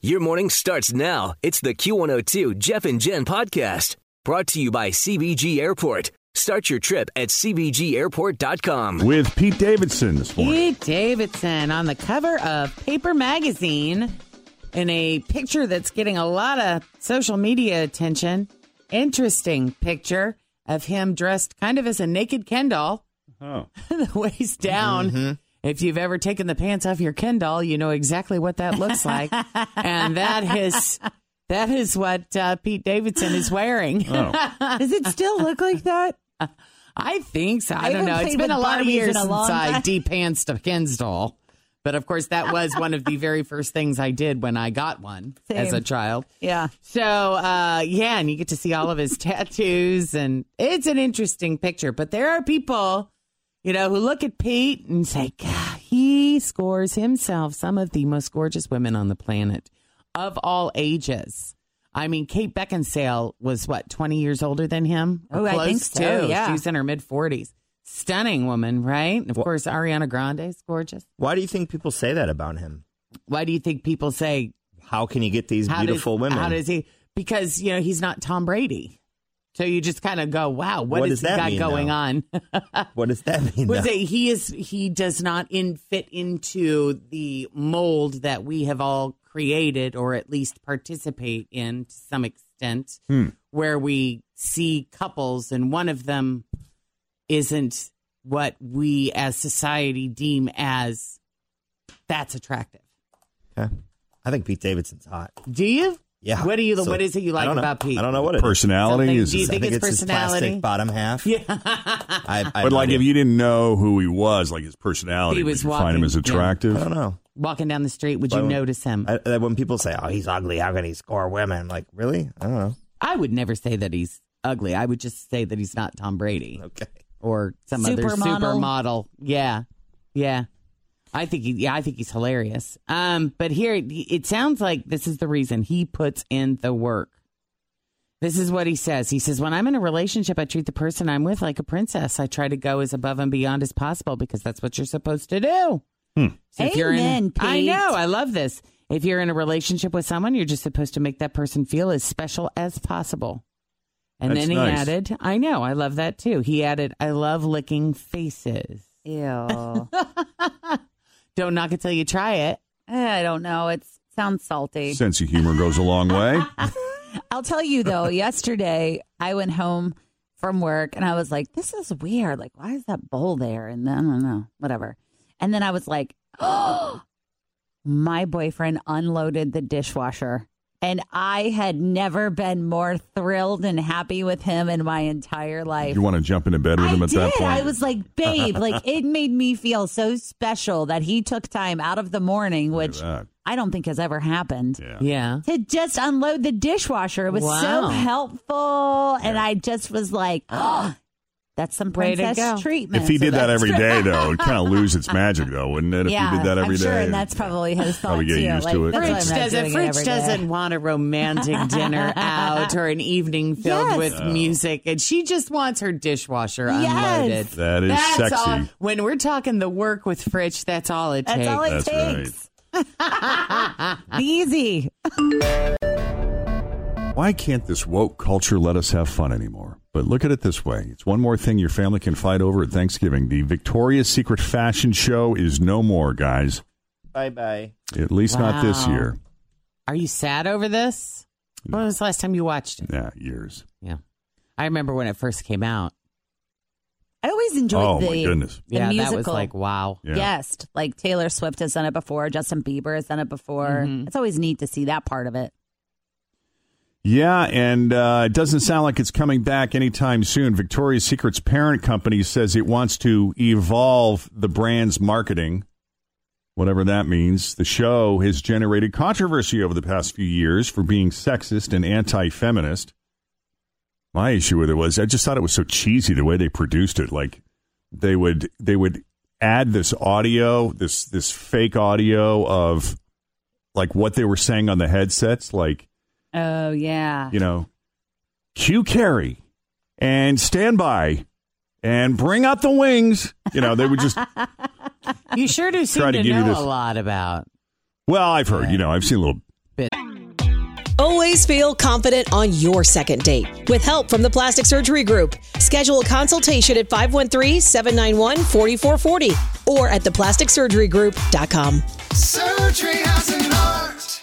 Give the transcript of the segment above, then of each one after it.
Your morning starts now. It's the Q102 Jeff and Jen podcast brought to you by CBG Airport. Start your trip at CBGAirport.com. with Pete Davidson this morning. Pete Davidson on the cover of Paper Magazine in a picture that's getting a lot of social media attention. Interesting picture of him dressed kind of as a naked Ken doll, Oh. the waist down. If you've ever taken the pants off your Ken doll, you know exactly what that looks like, and that is that is what uh, Pete Davidson is wearing. Oh. Does it still look like that? I think so. I, I don't haven't know. It's played been with a lot of Barbies years in a since long I time. de-pantsed a Ken's doll. But of course, that was one of the very first things I did when I got one as Same. a child. Yeah. So, uh, yeah, and you get to see all of his tattoos, and it's an interesting picture. But there are people, you know, who look at Pete and say, God, he scores himself some of the most gorgeous women on the planet of all ages. I mean, Kate Beckinsale was what, 20 years older than him? Or Oh, I think close so, to. yeah. She's in her mid 40s. Stunning woman, right? Of course, Ariana Grande is gorgeous. Why do you think people say that about him? Why do you think people say, How can he get these how beautiful does, women? How does he? Because you know he's not Tom Brady, so you just kind of go, "Wow, what What has does he that got mean, going though? on?" what does that mean? Was though? it he is he does not in fit into the mold that we have all created, or at least participate in to some extent, Hmm. where we see couples and one of them isn't what we as society deem as that's attractive. Okay. I think Pete Davidson's hot. Do you? Yeah. What do you? So- what is it you I like don't know. about Pete? I don't know what it is. Personality Something is. do you I think think it's it's his personality? plastic bottom half. Yeah. I, I But like, if if you didn't know who he was, like his personality, He would was you find him walking, as yeah. attractive? I don't know. Walking down the street, would you Why would- notice him? I, I, I- when people say, "Oh, he's ugly. How can he score women?" I'm like, really? I don't know. would never say that he's ugly. I would just say that he's not Tom Brady Okay. or some other Supermodel. supermodel. Yeah, yeah. I think he, yeah, I think he's hilarious. Um, but here it sounds like this is the reason he puts in the work. This is what he says. He says, When I'm in a relationship, I treat the person I'm with like a princess. I try to go as above and beyond as possible because that's what you're supposed to do. So if you're in, Amen, I Pete. know, I love this. If you're in a relationship with someone, you're just supposed to make that person feel as special as possible. And That's then he nice. added, I know, I love that too. He added, I love licking faces. Ew. Don't knock it till you try it. I don't know. It sounds salty. Sense of humor goes a long way. I'll tell you though, yesterday I went home from work and I was like, this is weird. Like, why is that bowl there? And then I don't know, whatever. And then I was like, oh, my boyfriend unloaded the dishwasher. And I had never been more thrilled and happy with him in my entire life. you want to jump into bed with I him at did. that point? I was like, babe, like it made me feel so special that he took time out of the morning, Look at which that. I don't think has ever happened. yeah. Yeah. To just unload the dishwasher. It was so Wow. helpful. And I just was like, oh, that's some Way to go. princess treatment. If he So did that that's- every day, though, it'd kind of lose its magic, though, wouldn't it? If yeah, he did that every I'm day, sure, and that's probably his thought Probably get too. used like, to it. that's why I'm Fritz not doesn't. doing it Fritz every day. doesn't want a romantic dinner out or an evening filled Yes. with music, and she just wants her dishwasher Yes. unloaded. That is that's sexy. All, when we're talking the work with Fritz, that's all it That's takes. all it That's takes. Easy. Why can't this woke culture let us have fun anymore? But look at it this way it's one more thing your family can fight over at Thanksgiving. The Victoria's Secret fashion show is no more, guys. Bye bye. At least not this Wow. year. Are you sad over this? When was the last time you watched it? Yeah, years. Yeah. I remember when it first came out. I always enjoyed oh the, my goodness. the yeah, musical. that was like, wow. Yeah. Yes, like Taylor Swift has done it before. Justin Bieber has done it before. It's always neat to see that part of it. Yeah, and uh, it doesn't sound like it's coming back anytime soon. Victoria's Secret's parent company says it wants to evolve the brand's marketing, whatever that means. The show has generated controversy over the past few years for being sexist and anti feminist. My issue with it was I just thought it was so cheesy the way they produced it. Like they would they would add this audio, this this fake audio of like what they were saying on the headsets, like Oh yeah, you know, cue carry and stand by and bring out the wings. You know, they would just, You sure do seem Try to, to give you know this- a lot about. well, I've heard, you know, I've seen a little. Always feel confident on your second date. With help from the Plastic Surgery Group, schedule a consultation at 513-791-4440 or at theplasticsurgerygroup.com. Surgery has an art.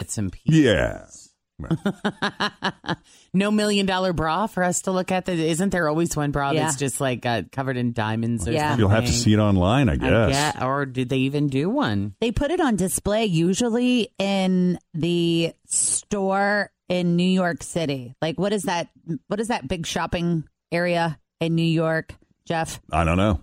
It's in peace. Yeah. no million dollar bra for us to look at. That isn't there always one bra that's Yeah. just like uh, covered in diamonds or Yeah. something? You'll have to see it online, I I guess. get- or did they even do one? they put it on display usually in the store in New York City. Like what is that? What is that big shopping area in New York, Jeff? I don't know.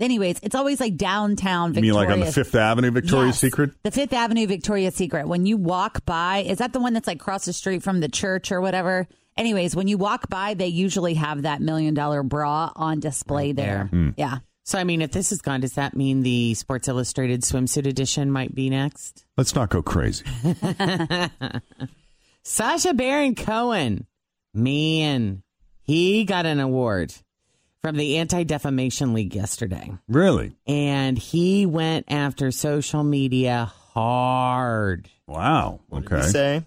Anyways, it's always like downtown. You mean like on the Victoria's- Fifth Avenue Victoria's Yes. Secret? The Fifth Avenue Victoria's Secret. When you walk by, is that the one that's like across the street from the church or whatever? Anyways, when you walk by, they usually have that million dollar bra on display there. Yeah. Hmm. So I mean, if this is gone, does that mean the Sports Illustrated swimsuit edition might be next? Let's not go crazy. Sasha Baron Cohen, man, he got an award from the Anti Defamation League yesterday. Really? and he went after social media hard. Wow. Okay. Say,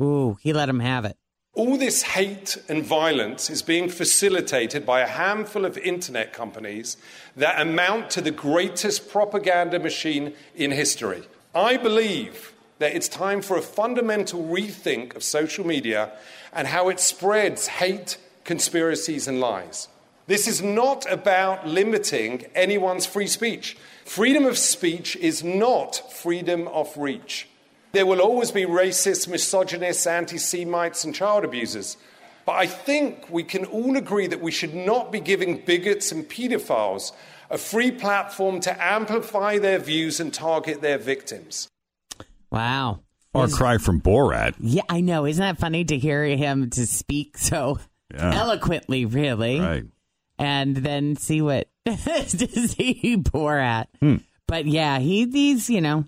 Ooh, he let him have it. All this hate and violence is being facilitated by a handful of internet companies that amount to the greatest propaganda machine in history. I believe that it's time for a fundamental rethink of social media and how it spreads hate, conspiracies, and lies. This is not about limiting anyone's free speech. Freedom of speech is not freedom of reach. There will always be racists, misogynists, anti Semites, and child abusers. But I think we can all agree that we should not be giving bigots and paedophiles a free platform to amplify their views and target their victims. Wow. Far cry from Borat. Yeah, I know. Isn't that funny to hear him to speak so Yeah. eloquently, really? Right. And then see what to see Borat. Hmm. at. But yeah, he he's you know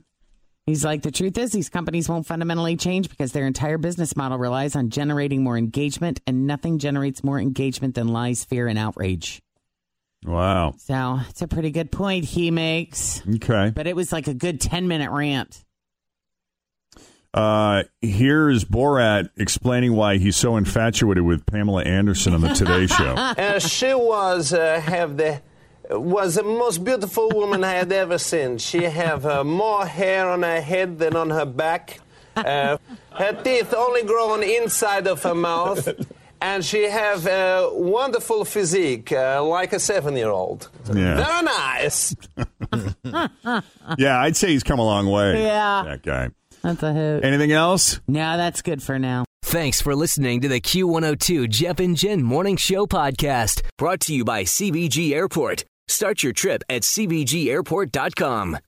he's like the truth is these companies won't fundamentally change because their entire business model relies on generating more engagement, and nothing generates more engagement than lies, fear, and outrage. Wow. So it's a pretty good point he makes. Okay. But it was like a good 10 minute rant. Uh, here's Borat explaining why he's so infatuated with Pamela Anderson on the Today Show. Uh, she was uh, have the was the most beautiful woman I had ever seen. She have uh, more hair on her head than on her back. Uh, her teeth only grow on inside of her mouth, and she have a wonderful physique, uh, like a seven-year-old. Yeah. Very nice. yeah, I'd say he's come a long way. Yeah. That guy. That's a hoot. Anything else? No, that's good for now. Thanks for listening to the Q102 Jeff and Jen Morning Show podcast, brought to you by CBG Airport. Start your trip at CBGAirport.com.